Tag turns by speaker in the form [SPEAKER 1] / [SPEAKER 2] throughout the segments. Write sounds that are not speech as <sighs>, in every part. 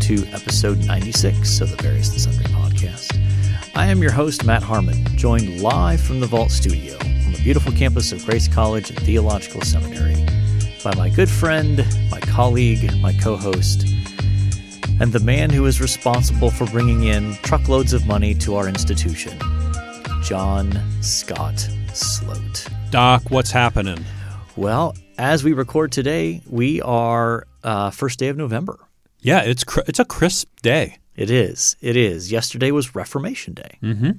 [SPEAKER 1] to episode 96 of the Various and Sundry podcast. I am your host, Matt Harmon, joined live from the Vault Studio on the beautiful campus of Grace College and Theological Seminary by my good friend, my colleague, my co host, and the man who is responsible for bringing in truckloads of money to our institution, John Scott Sloat.
[SPEAKER 2] Doc, what's happening?
[SPEAKER 1] Well, as we record today, we are uh, first day of November.
[SPEAKER 2] Yeah, it's cr- it's a crisp day.
[SPEAKER 1] It is. It is. Yesterday was Reformation Day.
[SPEAKER 2] Mm-hmm.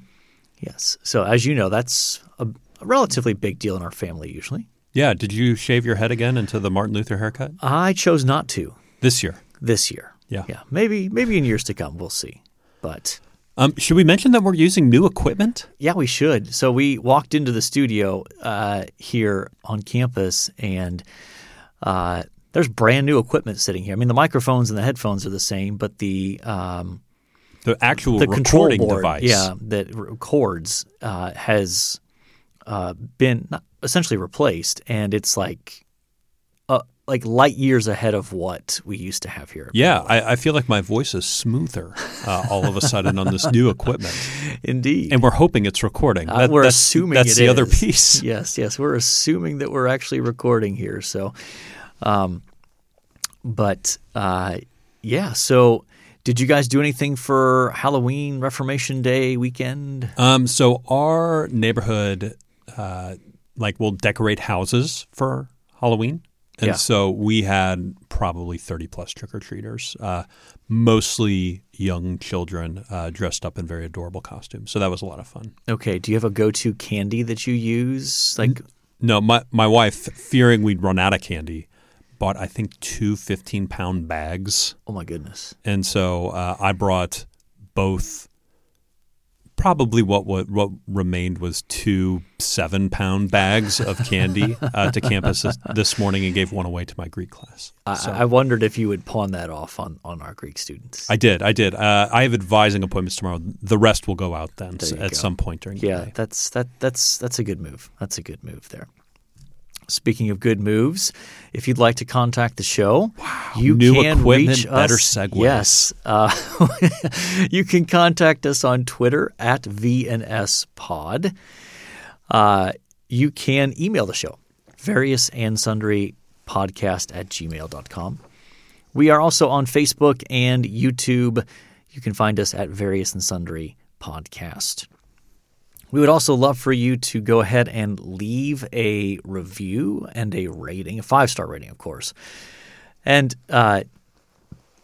[SPEAKER 1] Yes. So as you know, that's a, a relatively big deal in our family usually.
[SPEAKER 2] Yeah, did you shave your head again into the Martin Luther haircut
[SPEAKER 1] I chose not to
[SPEAKER 2] this year?
[SPEAKER 1] this year.
[SPEAKER 2] Yeah.
[SPEAKER 1] Yeah. Maybe maybe in years to come we'll see. But
[SPEAKER 2] Um, should we mention that we're using new equipment?
[SPEAKER 1] yeah, we should. So we walked into the studio uh, here on campus and uh, there's brand new equipment sitting here. I mean, the microphones and the headphones are the same, but the um,
[SPEAKER 2] The actual
[SPEAKER 1] the control
[SPEAKER 2] recording
[SPEAKER 1] board,
[SPEAKER 2] device.
[SPEAKER 1] yeah, that records uh, has uh, been not, essentially replaced, and it's like uh, like light years ahead of what we used to have here.
[SPEAKER 2] Yeah, I, I feel like my voice is smoother uh, all of a sudden on this new equipment,
[SPEAKER 1] indeed.
[SPEAKER 2] and we're hoping it's recording.
[SPEAKER 1] Uh, we're
[SPEAKER 2] that's,
[SPEAKER 1] assuming
[SPEAKER 2] that's
[SPEAKER 1] it
[SPEAKER 2] the other
[SPEAKER 1] is.
[SPEAKER 2] piece.
[SPEAKER 1] <laughs> Yes, yes, we're assuming that we're actually recording here. So, um, but uh, yeah. So, did you guys do anything for Halloween, Reformation Day weekend?
[SPEAKER 2] Um, so our neighborhood, uh, like, will decorate houses for Halloween, and
[SPEAKER 1] Yeah.
[SPEAKER 2] so we had probably thirty plus trick or treaters, uh, mostly young children uh, dressed up in very adorable costumes. So that was a lot of fun.
[SPEAKER 1] Okay. Do you have a go-to candy that you use? Like.
[SPEAKER 2] No, my my wife, fearing we'd run out of candy, bought I think two 15 pound bags,
[SPEAKER 1] Oh my goodness.
[SPEAKER 2] and so uh, I brought both. Probably what, what what remained was two seven pound bags of candy uh, to campus this, this morning and gave one away to my Greek class.
[SPEAKER 1] I, I wondered if you would pawn that off on, on our Greek students.
[SPEAKER 2] I did, I did. Uh, I have advising appointments tomorrow. The rest will go out then
[SPEAKER 1] There you
[SPEAKER 2] at
[SPEAKER 1] go.
[SPEAKER 2] some point during
[SPEAKER 1] yeah,
[SPEAKER 2] the day.
[SPEAKER 1] that's that that's that's a good move. That's a good move there. Speaking of good moves, if you'd like to contact the show, you
[SPEAKER 2] New
[SPEAKER 1] can
[SPEAKER 2] equipment,
[SPEAKER 1] reach
[SPEAKER 2] better
[SPEAKER 1] us.
[SPEAKER 2] segues.
[SPEAKER 1] Yes, uh, <laughs> you can contact us on Twitter at VNS Pod. Uh, you can email the show, various and sundry podcast at gmail.com. We are also on Facebook and YouTube. You can find us at Various and Sundry Podcast. We would also love for you to go ahead and leave a review and a rating, a five star rating, of course. And uh,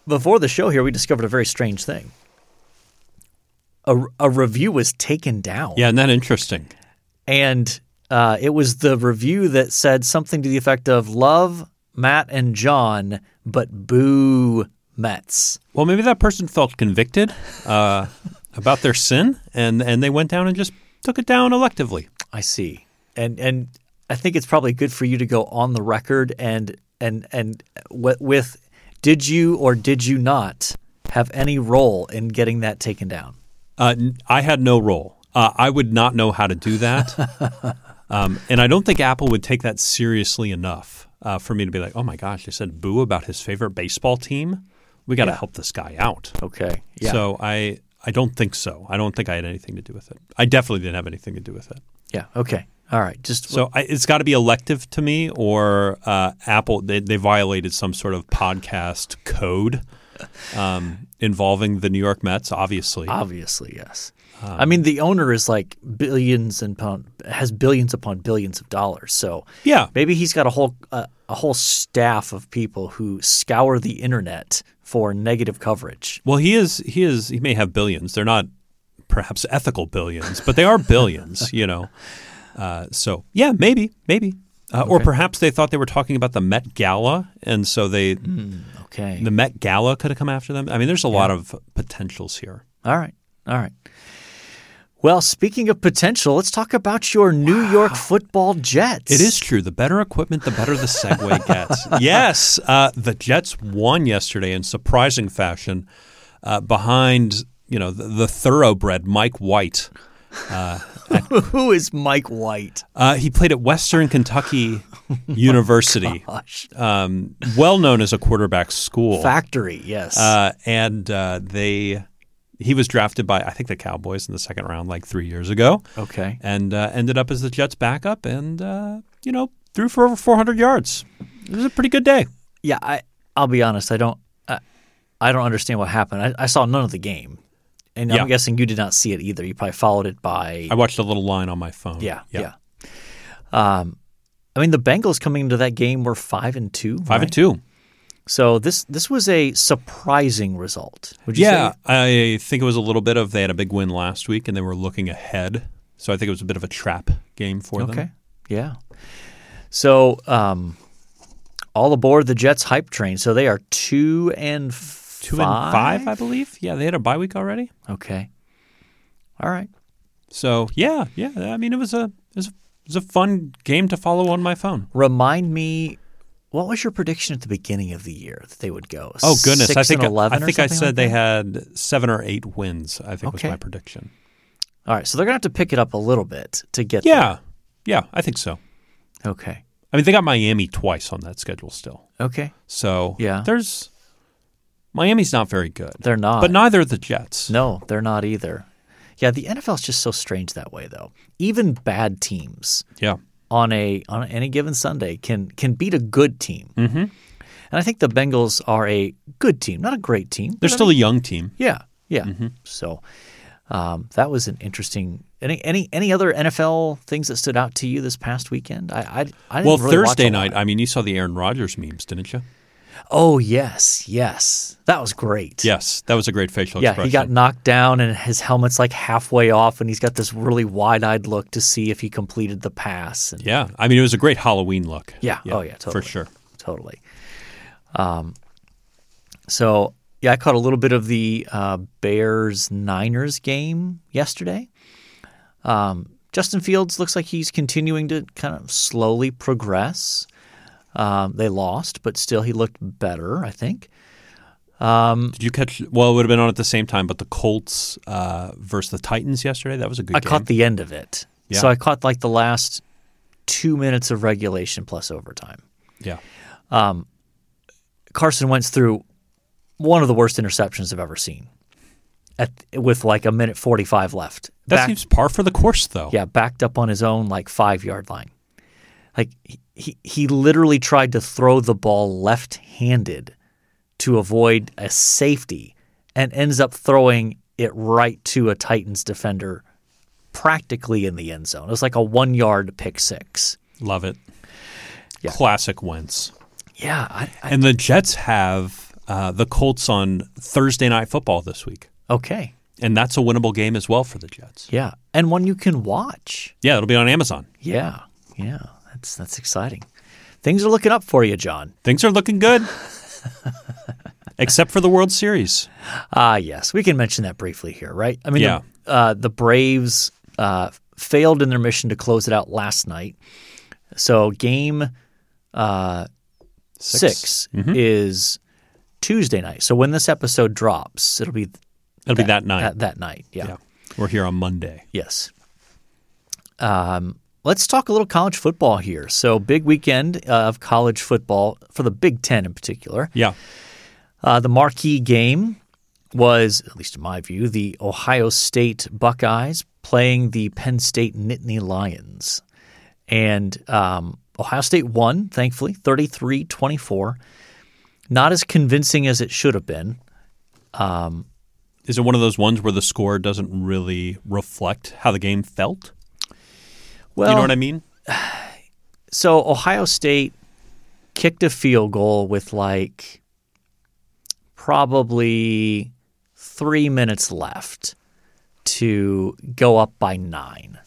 [SPEAKER 1] before the show here, we discovered a very strange thing. A, a review was taken down.
[SPEAKER 2] Yeah, and that interesting.
[SPEAKER 1] And uh, it was the review that said something to the effect of love Matt and John, but boo Mets.
[SPEAKER 2] Well, maybe that person felt convicted uh, about their sin, and and they went down and just took it down electively.
[SPEAKER 1] I see. And and I think it's probably good for you to go on the record and and and w- with did you or did you not have any role in getting that taken down?
[SPEAKER 2] Uh, n- I had no role. Uh, I would not know how to do that, um, and I don't think Apple would take that seriously enough uh, for me to be like, "Oh my gosh, they said boo about his favorite baseball team. We got to help this guy out."
[SPEAKER 1] Okay. Yeah.
[SPEAKER 2] So I I don't think so. I don't think I had anything to do with it. I definitely didn't have anything to do with it.
[SPEAKER 1] yeah. Okay. All right. Just
[SPEAKER 2] So I, it's got to be elective to me, or uh, Apple they, they violated some sort of podcast code um, involving the New York Mets. Obviously,
[SPEAKER 1] Ah. Obviously, yes.
[SPEAKER 2] Um,
[SPEAKER 1] I mean, the owner is like billions and pound has billions upon billions of dollars. So
[SPEAKER 2] yeah,
[SPEAKER 1] maybe he's got a whole uh, a whole staff of people who scour the internet for negative coverage.
[SPEAKER 2] Well, he is. He is. He may have billions. They're not perhaps ethical billions, but they are billions. you know. Uh, so yeah, maybe, maybe, uh, or perhaps they thought they were talking about the Met Gala, and so they
[SPEAKER 1] Okay.
[SPEAKER 2] the Met Gala could have come after them. I mean, there's a lot of potentials here.
[SPEAKER 1] All right. All right. Well, speaking of potential, let's talk about your New York Football Jets.
[SPEAKER 2] It is true. The better equipment, the better the Segway gets. yes, uh, the Jets won yesterday in surprising fashion, uh, behind you know the, the thoroughbred Mike White, uh,
[SPEAKER 1] Who is Mike White?
[SPEAKER 2] Uh, he played at Western
[SPEAKER 1] <laughs>
[SPEAKER 2] Kentucky University,
[SPEAKER 1] Gosh.
[SPEAKER 2] um, well known as a quarterback school.
[SPEAKER 1] Factory, yes.
[SPEAKER 2] Uh, and uh, they, he was drafted by I think the Cowboys in the second round, like three years ago,
[SPEAKER 1] okay.
[SPEAKER 2] and uh, ended up as the Jets' backup, and uh, you know threw for over 400 yards. It was a pretty good day.
[SPEAKER 1] Yeah, I I'll be honest, I don't I, I don't understand what happened. I, I saw none of the game. And
[SPEAKER 2] Yeah.
[SPEAKER 1] I'm guessing you did not see it either. You probably followed it by
[SPEAKER 2] I watched a little line on my phone.
[SPEAKER 1] Yeah, yeah. Um I mean the Bengals coming into that game were 5 and 2.
[SPEAKER 2] Five and two.
[SPEAKER 1] So this this was a surprising result. Would you
[SPEAKER 2] Yeah,
[SPEAKER 1] say?
[SPEAKER 2] I think it was a little bit of they had a big win last week and they were looking ahead, so I think it was a bit of a trap game for them.
[SPEAKER 1] Okay. Yeah. So um all aboard the Jets hype train. So they are 2 and 5.
[SPEAKER 2] Two and five, I believe. Yeah, they had a bye week already.
[SPEAKER 1] Okay. All right.
[SPEAKER 2] So yeah, yeah. I mean, it was a it was a, it was a fun game to follow on my phone.
[SPEAKER 1] Remind me, what was your prediction at the beginning of the year that they would go?
[SPEAKER 2] Oh goodness,
[SPEAKER 1] six
[SPEAKER 2] I think
[SPEAKER 1] and eleven.
[SPEAKER 2] I
[SPEAKER 1] or
[SPEAKER 2] think I
[SPEAKER 1] something
[SPEAKER 2] said
[SPEAKER 1] like
[SPEAKER 2] they
[SPEAKER 1] that?
[SPEAKER 2] had seven or eight wins. I think
[SPEAKER 1] Okay.
[SPEAKER 2] was my prediction.
[SPEAKER 1] All right, so they're gonna have to pick it up a little bit to get.
[SPEAKER 2] Yeah, yeah, I think so.
[SPEAKER 1] there. Okay.
[SPEAKER 2] I mean, they got Miami twice on that schedule still.
[SPEAKER 1] Okay.
[SPEAKER 2] So
[SPEAKER 1] Yeah.
[SPEAKER 2] there's Miami's not very good,
[SPEAKER 1] They're not.
[SPEAKER 2] but neither are the Jets.
[SPEAKER 1] No, they're not either. Yeah, the NFL's just so strange that way, though. Even bad teams
[SPEAKER 2] Yeah.
[SPEAKER 1] on a on any given Sunday can can beat a good team. Mm-hmm. And I think the Bengals are a good team, not a great team.
[SPEAKER 2] They're still Mm-hmm. a young team.
[SPEAKER 1] Yeah, yeah. So um, that was an interesting. Any any any other NFL things that stood out to you this past weekend? I I, I didn't
[SPEAKER 2] Well,
[SPEAKER 1] really watch
[SPEAKER 2] Thursday
[SPEAKER 1] a lot.
[SPEAKER 2] night, I mean, you saw the Aaron Rodgers memes, didn't you?
[SPEAKER 1] Oh yes, yes, that was great.
[SPEAKER 2] Yes, that was a great facial
[SPEAKER 1] Yeah,
[SPEAKER 2] expression.
[SPEAKER 1] he got knocked down and his helmet's like halfway off, and he's got this really wide-eyed look to see if he completed the pass. And
[SPEAKER 2] yeah, I mean, it was a great Halloween look.
[SPEAKER 1] Yeah. Oh, yeah, totally.
[SPEAKER 2] for sure.
[SPEAKER 1] totally. Um, so yeah, I caught a little bit of the uh, Bears Niners game yesterday. Um, Justin Fields looks like he's continuing to kind of slowly progress. Um, they lost, but still he looked better, I think.
[SPEAKER 2] Did you catch? Well, it would have been on at the same time, but the Colts uh, versus the Titans yesterday. That was a good.
[SPEAKER 1] I
[SPEAKER 2] game.
[SPEAKER 1] caught the end of it.
[SPEAKER 2] Yeah.
[SPEAKER 1] So I caught like the last two minutes of regulation plus overtime.
[SPEAKER 2] Yeah,
[SPEAKER 1] Carson Wentz threw one of the worst interceptions I've ever seen at, with like a minute 45 left.
[SPEAKER 2] that
[SPEAKER 1] Back-
[SPEAKER 2] seems par for the course, though.
[SPEAKER 1] Yeah, backed up on his own like five yard line. Like he- he he literally tried to throw the ball left handed to avoid a safety and ends up throwing it right to a Titans defender practically in the end zone. It was like a one yard pick six.
[SPEAKER 2] love it. Classic Wentz.
[SPEAKER 1] Yeah, I, I,
[SPEAKER 2] And the Jets have uh, the Colts on Thursday night football this week,
[SPEAKER 1] okay.
[SPEAKER 2] and that's a winnable game as well for the Jets.
[SPEAKER 1] Yeah. And one you can watch.
[SPEAKER 2] Yeah, it'll be on Amazon.
[SPEAKER 1] Yeah. Yeah. That's that's exciting. Things are looking up for you, John.
[SPEAKER 2] Things are
[SPEAKER 1] <laughs>
[SPEAKER 2] looking good. Except for the World Series.
[SPEAKER 1] Ah, yes, we can mention that briefly here, right? I mean,
[SPEAKER 2] Yeah.
[SPEAKER 1] the, uh, the Braves uh, failed in their mission to close it out last night. So game
[SPEAKER 2] Six. Mm-hmm.
[SPEAKER 1] 6 is Tuesday night. So when this episode drops, it'll be
[SPEAKER 2] It'll be that night.
[SPEAKER 1] that, that night. Yeah.
[SPEAKER 2] yeah. We're here on Monday.
[SPEAKER 1] Yes. Um, let's talk a little college football here. So big weekend uh, of college football for the Big Ten in particular.
[SPEAKER 2] Yeah.
[SPEAKER 1] Uh, the marquee game was, at least in my view, the Ohio State Buckeyes playing the Penn State Nittany Lions. And um, Ohio State won, thankfully, 33 24. Not as convincing as it should have been.
[SPEAKER 2] Is it one of those ones where the score doesn't really reflect how the game felt?
[SPEAKER 1] Well,
[SPEAKER 2] you know what I mean?
[SPEAKER 1] so Ohio State kicked a field goal with like probably three minutes left to go up by nine.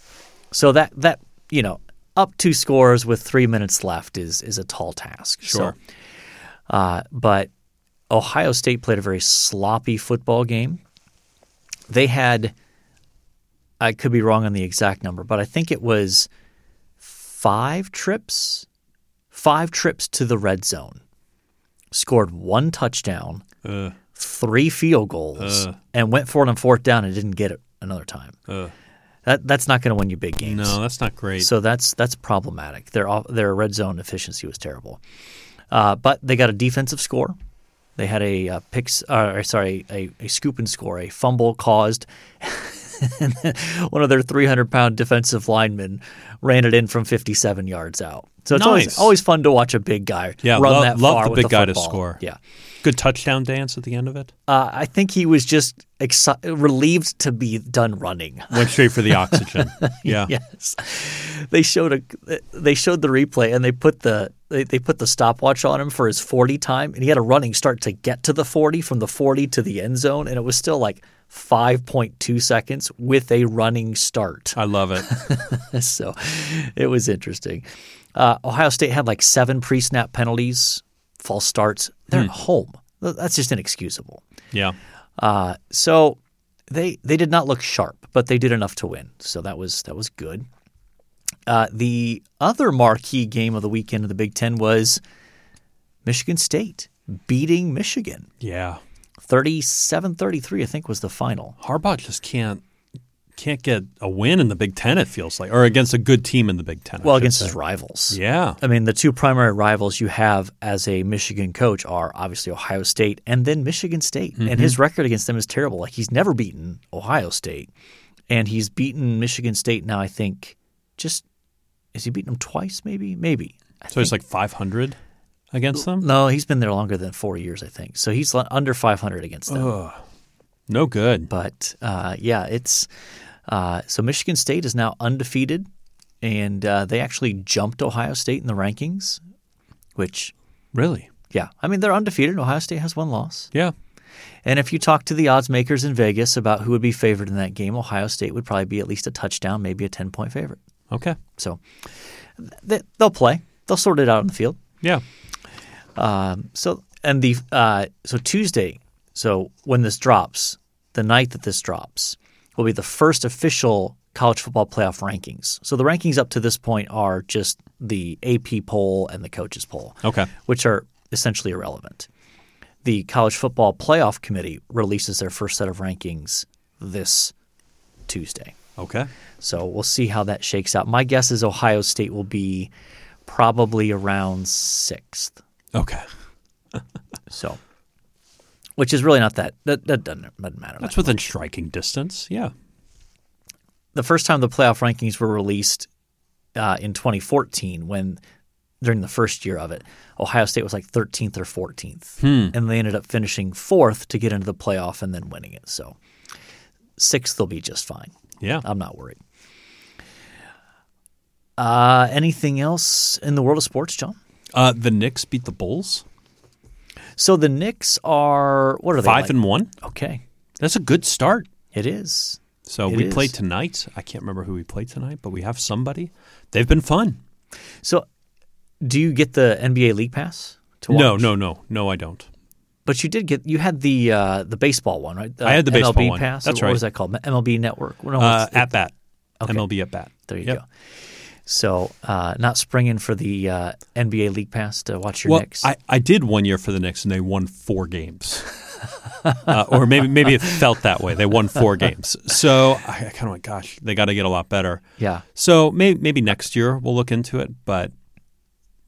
[SPEAKER 1] So that that you know up two scores with three minutes left is is a tall task. So,
[SPEAKER 2] Sure.
[SPEAKER 1] uh, but Ohio State played a very sloppy football game. They had, I could be wrong on the exact number, but I think it was five trips, five trips to the red zone, scored one touchdown,
[SPEAKER 2] Uh,
[SPEAKER 1] three field goals, and went for it on fourth down and didn't get it another time. That that's not going to win you big games.
[SPEAKER 2] No, that's not great.
[SPEAKER 1] So that's that's problematic. Their off- their red zone efficiency was terrible, uh, but they got a defensive score. They had a uh, picks, uh, sorry, a, a scoop and score, a fumble caused. <laughs> and then one of their 300 pound defensive linemen ran it in from 57 yards out. So it's always
[SPEAKER 2] Nice.
[SPEAKER 1] always fun to watch a big guy
[SPEAKER 2] Yeah,
[SPEAKER 1] run
[SPEAKER 2] love-
[SPEAKER 1] that
[SPEAKER 2] love
[SPEAKER 1] far
[SPEAKER 2] the
[SPEAKER 1] with
[SPEAKER 2] big
[SPEAKER 1] the
[SPEAKER 2] guy to
[SPEAKER 1] football.
[SPEAKER 2] score.
[SPEAKER 1] Yeah,
[SPEAKER 2] Good touchdown dance at the end of it.
[SPEAKER 1] uh, I think he was just exci- relieved to be done running.
[SPEAKER 2] Went straight
[SPEAKER 1] <laughs>
[SPEAKER 2] for the oxygen. <laughs> Yeah.
[SPEAKER 1] yes. They showed a they showed the replay and they put the they, they put the stopwatch on him for his 40 time and he had a running start to get to the 40 from the 40 to the end zone and it was still like 5.2 seconds with a running start. <laughs>
[SPEAKER 2] I love it.
[SPEAKER 1] so it was interesting. Uh, Ohio State had like 7 pre-snap penalties, false starts. They're at home. Th- That's just inexcusable.
[SPEAKER 2] Yeah.
[SPEAKER 1] Uh, so they they did not look sharp, but they did enough to win. So that was that was good. Uh, the other marquee game of the weekend of the Big Ten was Michigan State beating Michigan.
[SPEAKER 2] Yeah.
[SPEAKER 1] 37-33, I think, was the final.
[SPEAKER 2] Harbaugh just can't can't get a win in the Big Ten. It feels like, or against a good team in the Big Ten. I
[SPEAKER 1] Well,
[SPEAKER 2] should
[SPEAKER 1] against
[SPEAKER 2] say.
[SPEAKER 1] his rivals.
[SPEAKER 2] yeah,
[SPEAKER 1] I mean, the two primary rivals you have as a Michigan coach are obviously Ohio State and then Michigan State. And his record against them is terrible. Like he's never beaten Ohio State, and he's beaten Michigan State now. I think just has he beaten them twice? Maybe, maybe. I
[SPEAKER 2] so he's like 500 against them.
[SPEAKER 1] No, he's been there longer than four years, I think. So he's li- under 500 against them.
[SPEAKER 2] No good.
[SPEAKER 1] But uh, yeah, it's uh, so Michigan State is now undefeated, and uh, they actually jumped Ohio State in the rankings, which
[SPEAKER 2] Really?
[SPEAKER 1] Yeah, I mean they're undefeated. Ohio State has one loss,
[SPEAKER 2] Yeah.
[SPEAKER 1] and if you talk to the odds makers in Vegas about who would be favored in that game, Ohio State would probably be at least a touchdown, maybe a ten point favorite.
[SPEAKER 2] Okay.
[SPEAKER 1] So th- they'll play. They'll sort it out on the field.
[SPEAKER 2] Yeah.
[SPEAKER 1] So and the uh, so Tuesday, so when this drops, the night that this drops will be the first official college football playoff rankings. So the rankings up to this point are just the AP poll and the coaches poll.
[SPEAKER 2] Okay.
[SPEAKER 1] which are essentially irrelevant. The College Football Playoff Committee releases their first set of rankings this Tuesday.
[SPEAKER 2] Okay.
[SPEAKER 1] So we'll see how that shakes out. My guess is Ohio State will be probably around sixth.
[SPEAKER 2] Okay.
[SPEAKER 1] So, which is really not that, that, that doesn't, doesn't matter.
[SPEAKER 2] That's within striking distance. Yeah.
[SPEAKER 1] the first time the playoff rankings were released uh, in 2014, when during the first year of it, Ohio State was like 13th or 14th,
[SPEAKER 2] Hmm.
[SPEAKER 1] and they ended up finishing fourth to get into the playoff and then winning it. So sixth will be just fine.
[SPEAKER 2] Yeah.
[SPEAKER 1] I'm not worried. Uh, anything else in the world of sports, John?
[SPEAKER 2] Uh, the Knicks beat the Bulls
[SPEAKER 1] So the Knicks are what are they?
[SPEAKER 2] five
[SPEAKER 1] like?
[SPEAKER 2] and one.
[SPEAKER 1] okay,
[SPEAKER 2] That's a good start.
[SPEAKER 1] it is.
[SPEAKER 2] So
[SPEAKER 1] It
[SPEAKER 2] we
[SPEAKER 1] is.
[SPEAKER 2] play tonight. I can't remember who we play tonight, but we have somebody. They've been fun.
[SPEAKER 1] So do you get the NBA League Pass? To watch?
[SPEAKER 2] No, no, no, no. I don't.
[SPEAKER 1] But you did get you had the uh, the baseball one, right? Uh,
[SPEAKER 2] I had the
[SPEAKER 1] MLB
[SPEAKER 2] baseball one.
[SPEAKER 1] pass.
[SPEAKER 2] That's
[SPEAKER 1] or What was
[SPEAKER 2] right.
[SPEAKER 1] that called? MLB Network. No,
[SPEAKER 2] Uh,
[SPEAKER 1] it's-
[SPEAKER 2] at bat. MLB at bat.
[SPEAKER 1] there you
[SPEAKER 2] Yep.
[SPEAKER 1] go. So uh, not springing for the uh, NBA League Pass to watch your
[SPEAKER 2] Well,
[SPEAKER 1] Knicks.
[SPEAKER 2] I, I did one year for the Knicks, and they won four games. uh, or maybe maybe it felt that way. They
[SPEAKER 1] <laughs>
[SPEAKER 2] won four games. So I, I kind of went, gosh, they got to get a lot better.
[SPEAKER 1] yeah,
[SPEAKER 2] So maybe maybe next year we'll look into it. But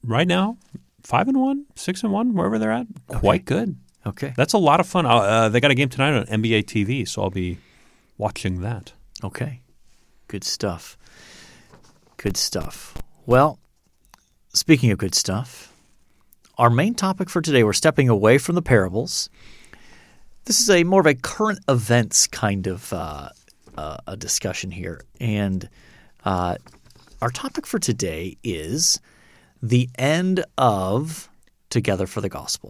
[SPEAKER 2] right now, five and one, six and one, wherever they're at, quite good.
[SPEAKER 1] okay,
[SPEAKER 2] That's a lot of fun. Uh, Uh, they got a game tonight on NBA TV, so I'll be watching that.
[SPEAKER 1] okay, good stuff. Good stuff. Well, speaking of good stuff, our main topic for today we're stepping away from the parables. This is a more of a current events kind of uh, uh, a discussion here, and uh, our topic for today is the end of Together for the Gospel.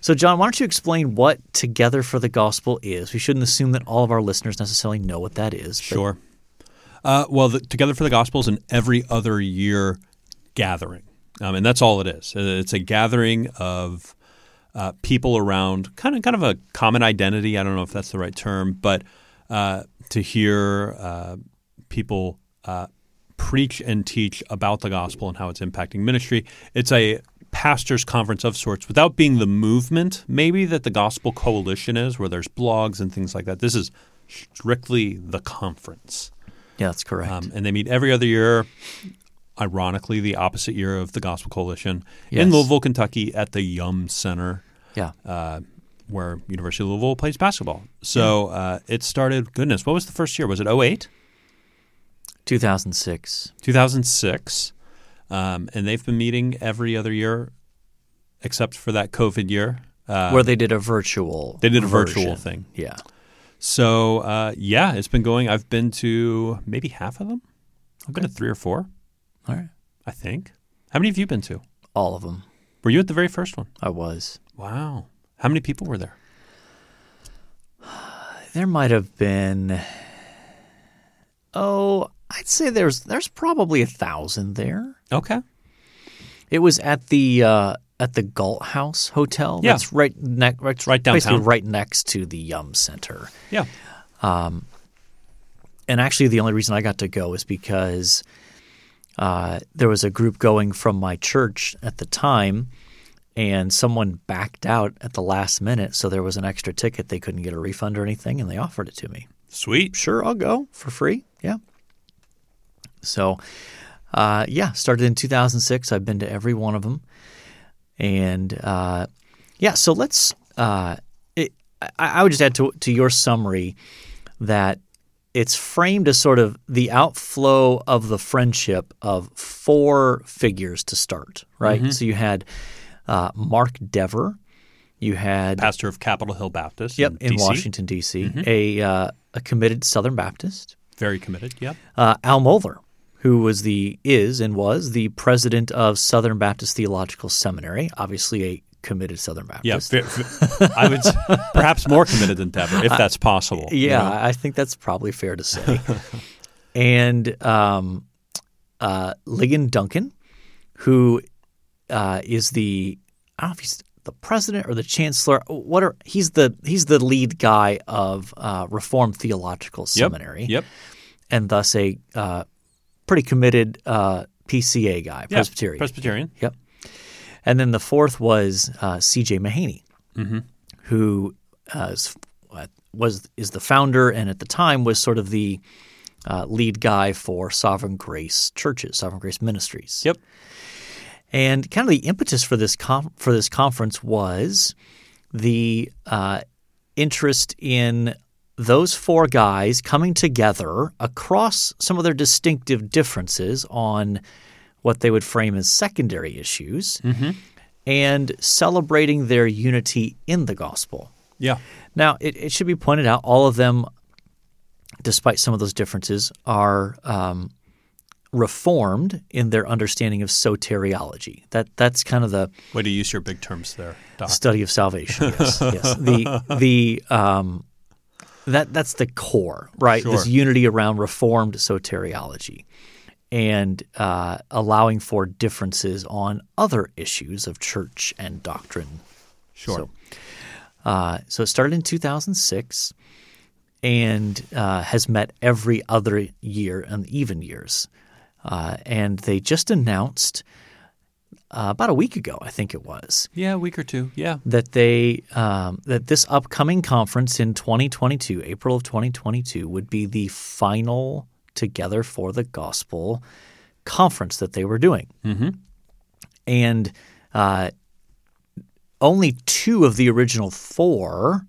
[SPEAKER 1] So, John, why don't you explain what Together for the Gospel is? We shouldn't assume that all of our listeners necessarily know what that is. but-
[SPEAKER 2] Sure. Uh, well, the, Together for the Gospels an every other year gathering, um, and that's all it is. Uh, It's a gathering of uh, people around kind of kind of a common identity. I don't know if that's the right term, but uh, to hear uh, people uh, preach and teach about the gospel and how it's impacting ministry. It's a pastors conference of sorts without being the movement maybe that the gospel coalition is where there's blogs and things like that this is strictly the conference.
[SPEAKER 1] Yeah, that's correct.
[SPEAKER 2] Um, and they meet every other year, ironically, the opposite year of the Gospel Coalition in
[SPEAKER 1] Yes.
[SPEAKER 2] Louisville, Kentucky, at the Yum Center,
[SPEAKER 1] yeah.
[SPEAKER 2] uh, where University of Louisville plays basketball. So uh, it started, goodness, what was the first year? Was it 08?
[SPEAKER 1] 2006.
[SPEAKER 2] 2006. Um, and they've been meeting every other year except for that COVID year. Uh,
[SPEAKER 1] where they did a virtual.
[SPEAKER 2] they did a virtual
[SPEAKER 1] version.
[SPEAKER 2] thing.
[SPEAKER 1] Yeah.
[SPEAKER 2] So uh, yeah, it's been going. I've been to maybe half of them. I've been to three or four,
[SPEAKER 1] All right.
[SPEAKER 2] I think. How many have you been to?
[SPEAKER 1] All of them.
[SPEAKER 2] Were you at the very first one?
[SPEAKER 1] I was.
[SPEAKER 2] Wow. How many people were there?
[SPEAKER 1] There might have been. Oh, I'd say there's there's probably a thousand there.
[SPEAKER 2] Okay.
[SPEAKER 1] It was at the uh, at the Galt House Hotel.
[SPEAKER 2] Yeah.
[SPEAKER 1] That's right next. Right,
[SPEAKER 2] Right
[SPEAKER 1] Basically,
[SPEAKER 2] downtown.
[SPEAKER 1] right next to the Yum Center.
[SPEAKER 2] Yeah.
[SPEAKER 1] and actually the only reason I got to go is because uh, there was a group going from my church at the time, and someone backed out at the last minute, so there was an extra ticket. They couldn't get a refund or anything, and they offered it to me.
[SPEAKER 2] Sweet.
[SPEAKER 1] Sure, I'll go for free. Yeah. So, uh, yeah, started in 2006. I've been to every one of them, and uh, yeah. So let's. Uh, it, I, I would just add to to your summary that it's framed as sort of the outflow of the friendship of four figures to start, right? So you had uh, Mark Dever, you had
[SPEAKER 2] Pastor of Capitol Hill Baptist.
[SPEAKER 1] yep in
[SPEAKER 2] DC.
[SPEAKER 1] Washington D.C. a uh, a committed Southern Baptist,
[SPEAKER 2] Very committed. Yep.
[SPEAKER 1] uh, Al Mohler, who was the is and was the president of Southern Baptist Theological Seminary, obviously a committed Southern
[SPEAKER 2] Yeah.
[SPEAKER 1] Baptist.
[SPEAKER 2] Ve- ve- I would s- perhaps more committed than Deborah, <laughs> if that's possible. you
[SPEAKER 1] Yeah,
[SPEAKER 2] know?
[SPEAKER 1] I think that's probably fair to say. <laughs> and um, uh, Ligon Duncan, who uh, is the I don't know if he's the president or the chancellor. What are he's the he's the lead guy of uh, Reformed Theological
[SPEAKER 2] Yep.
[SPEAKER 1] Seminary,
[SPEAKER 2] Yep.
[SPEAKER 1] and thus a uh, pretty committed uh, PCA guy,
[SPEAKER 2] Yeah.
[SPEAKER 1] Presbyterian.
[SPEAKER 2] Presbyterian.
[SPEAKER 1] Yep. And then the fourth was uh, C.J. Mahaney, who uh, is, uh, was is the founder and at the time was sort of the uh, lead guy for Sovereign Grace Churches, Sovereign Grace Ministries.
[SPEAKER 2] Yep.
[SPEAKER 1] And kind of the impetus for this com- for this conference was the uh, interest in those four guys coming together across some of their distinctive differences on what they would frame as secondary issues and celebrating their unity in the gospel.
[SPEAKER 2] Yeah.
[SPEAKER 1] Now, it, it should be pointed out, all of them, despite some of those differences, are um, reformed in their understanding of soteriology. That that's kind of the
[SPEAKER 2] Way to use your big terms there, Doc.
[SPEAKER 1] study of salvation. Yes, yes. The the um, that that's the core, right? This
[SPEAKER 2] Sure.
[SPEAKER 1] unity around reformed soteriology and uh, allowing for differences on other issues of church and doctrine.
[SPEAKER 2] Sure.
[SPEAKER 1] So, uh, so it started in 2006 and uh, has met every other year and even years. Uh, and they just announced uh, about a week ago, I think it was,
[SPEAKER 2] yeah, a week or two. Yeah.
[SPEAKER 1] that they um, that this upcoming conference in 2022, April of 2022, would be the final Together for the Gospel conference that they were doing, mm-hmm. and uh, only two of the original four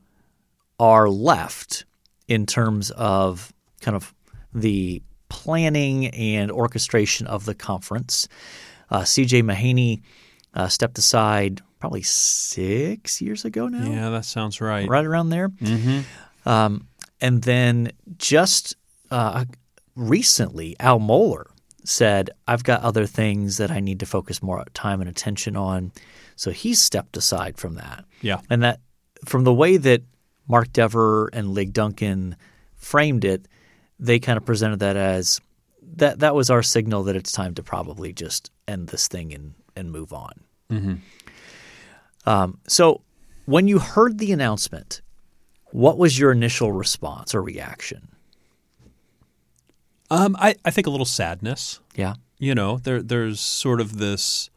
[SPEAKER 1] are left in terms of kind of the planning and orchestration of the conference. Uh, CJ Mahaney uh, stepped aside probably six years ago now,
[SPEAKER 2] Yeah, that sounds right.
[SPEAKER 1] right around there. Mm-hmm. Um, and then just uh, recently, Al Mohler said, I've got other things that I need to focus more time and attention on. So he stepped aside from that.
[SPEAKER 2] Yeah.
[SPEAKER 1] And that, from the way that Mark Dever and Lig Duncan framed it, they kind of presented that as that that was our signal that it's time to probably just end this thing and and move on.
[SPEAKER 2] Mm-hmm.
[SPEAKER 1] Um, so, when you heard the announcement, what was your initial response or reaction?
[SPEAKER 2] Um, I, I think a little sadness.
[SPEAKER 1] Yeah,
[SPEAKER 2] You know, there there's sort of this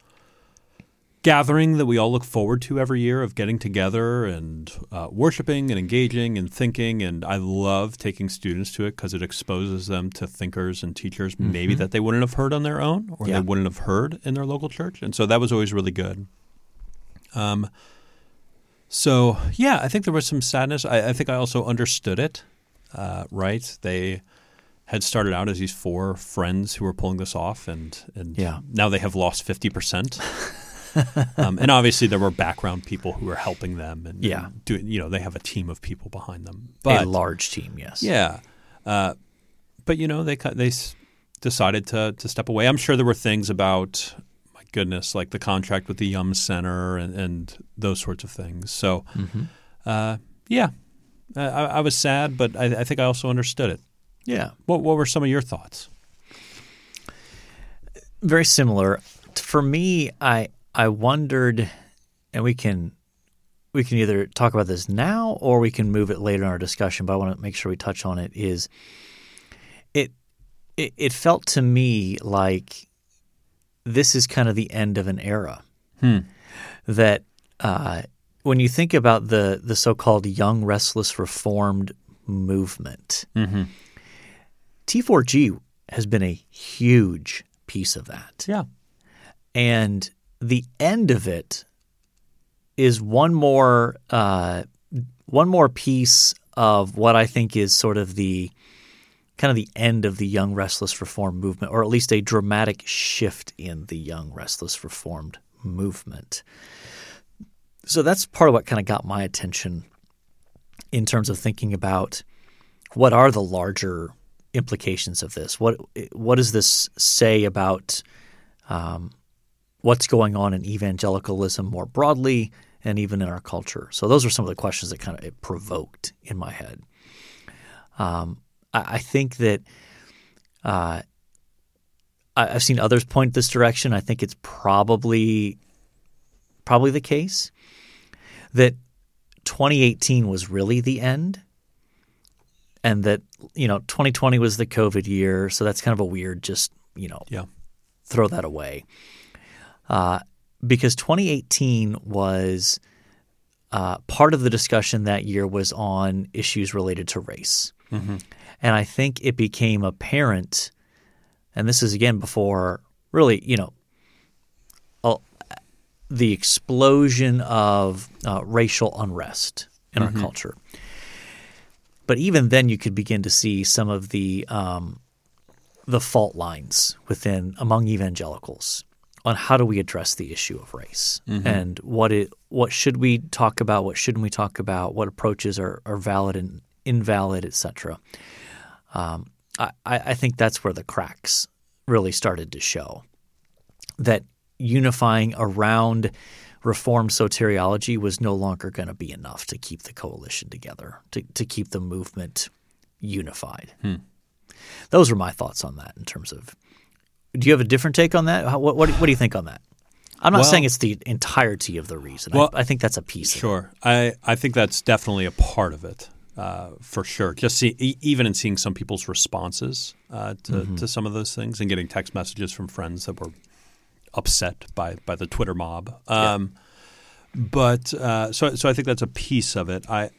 [SPEAKER 2] gathering that we all look forward to every year of getting together and uh, worshiping and engaging and thinking. And I love taking students to it because it exposes them to thinkers and teachers maybe that they wouldn't have heard on their own or
[SPEAKER 1] Yeah.
[SPEAKER 2] they wouldn't have heard in their local church. And so that was always really good. Um, so yeah, I think there was some sadness. I, I think I also understood it. Uh, right? They had started out as these four friends who were pulling this off, and and
[SPEAKER 1] Yeah.
[SPEAKER 2] now they have lost fifty percent. <laughs> um, and obviously, there were background people who were helping them, and
[SPEAKER 1] Yeah.
[SPEAKER 2] and doing you know they have a team of people behind them.
[SPEAKER 1] a
[SPEAKER 2] But
[SPEAKER 1] large team, yes.
[SPEAKER 2] yeah, uh, but you know they cut- they s- decided to to step away. I'm sure there were things about my goodness, like the contract with the Yum Center and, and those sorts of things. So, uh, yeah, I, I I was sad, but I, I think I also understood it.
[SPEAKER 1] Yeah.
[SPEAKER 2] What what were some of your thoughts?
[SPEAKER 1] very similar for me i i wondered and we can we can either talk about this now or we can move it later in our discussion but i want to make sure we touch on it is it it, it felt to me like this is kind of the end of an era that uh, when you think about the the so-called young restless reformed movement T4G has been a huge piece of that.
[SPEAKER 2] Yeah,
[SPEAKER 1] And the end of it is one more uh, one more piece of what I think is sort of the kind of the end of the young restless reform movement or at least a dramatic shift in the young restless reformed movement. So that's part of what kind of got my attention in terms of thinking about what are the larger implications of this? What what does this say about what's going on in evangelicalism more broadly and even in our culture. So those are some of the questions that kind of it provoked in my head. Um, I, I think that uh, I, I've seen others point this direction. I think it's probably probably the case that 2018 was really the end. And that you know, 2020 was the COVID year, so that's kind of a weird, just you know,
[SPEAKER 2] yeah,
[SPEAKER 1] throw that away. Uh, because 2018 was uh, part of the discussion that year was on issues related to race. And I think it became apparent, and this is again before really, you know, uh, the explosion of uh, racial unrest in our culture. But even then, you could begin to see some of the um, the fault lines within among evangelicals on how do we address the issue of race and what it what should we talk about what shouldn't we talk about what approaches are, are valid and invalid etc um, I, I I think that's where the cracks really started to show that unifying around reformed soteriology was no longer going to be enough to keep the coalition together to, to keep the movement unified
[SPEAKER 2] Hmm.
[SPEAKER 1] those are my thoughts on that in terms of do you have a different take on that How, what, what, what do you think on that i'm not
[SPEAKER 2] Well-
[SPEAKER 1] saying it's the entirety of the reason
[SPEAKER 2] Well-
[SPEAKER 1] I, I think that's a piece of it.
[SPEAKER 2] sure. I I think that's definitely a part of it. Uh, for sure, just see, e- even in seeing some people's responses uh, to, to some of those things, and getting text messages from friends that were upset by by the Twitter mob. Um, But uh, so so I think that's a piece of it. I